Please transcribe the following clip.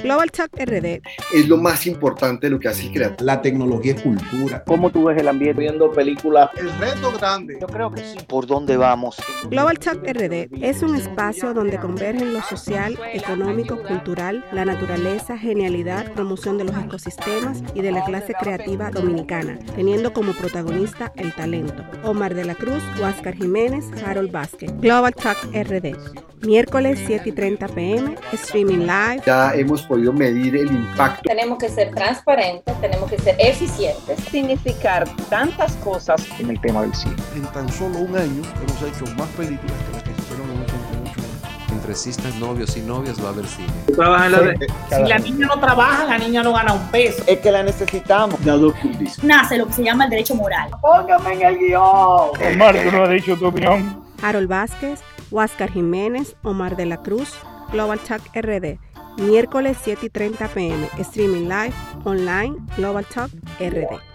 Global Talk RD. Es lo más importante lo que hace el creador. La tecnología es cultura. ¿Cómo tú ves el ambiente? Viendo películas. El reto grande. Yo creo que sí. ¿Por dónde vamos? Global Talk RD es un espacio donde convergen lo social, económico, cultural, la naturaleza, genialidad, promoción de los ecosistemas y de la clase creativa dominicana, teniendo como protagonista el talento. Omar de la Cruz, Huáscar Jiménez, Harold Vázquez. Global Talk RD. Miércoles 7 y 30 pm, streaming live. Ya hemos podido medir el impacto. Tenemos que ser transparentes, tenemos que ser eficientes. Significar tantas cosas en el tema del cine. En tan solo un año hemos hecho más películas que las que se hicieron en 88 años. Entre cistas, novios y novias va a haber cine. Sí, si la niña no trabaja, la niña no gana un peso. Es que la necesitamos. Nace lo que se llama el derecho moral. Póngame en el guión. Omar, tú no has dicho tu opinión. Harold Vázquez, Huáscar Jiménez, Omar de la Cruz, Global Talk RD. Miércoles 7 y 30 pm, streaming live, online, Global Talk RD.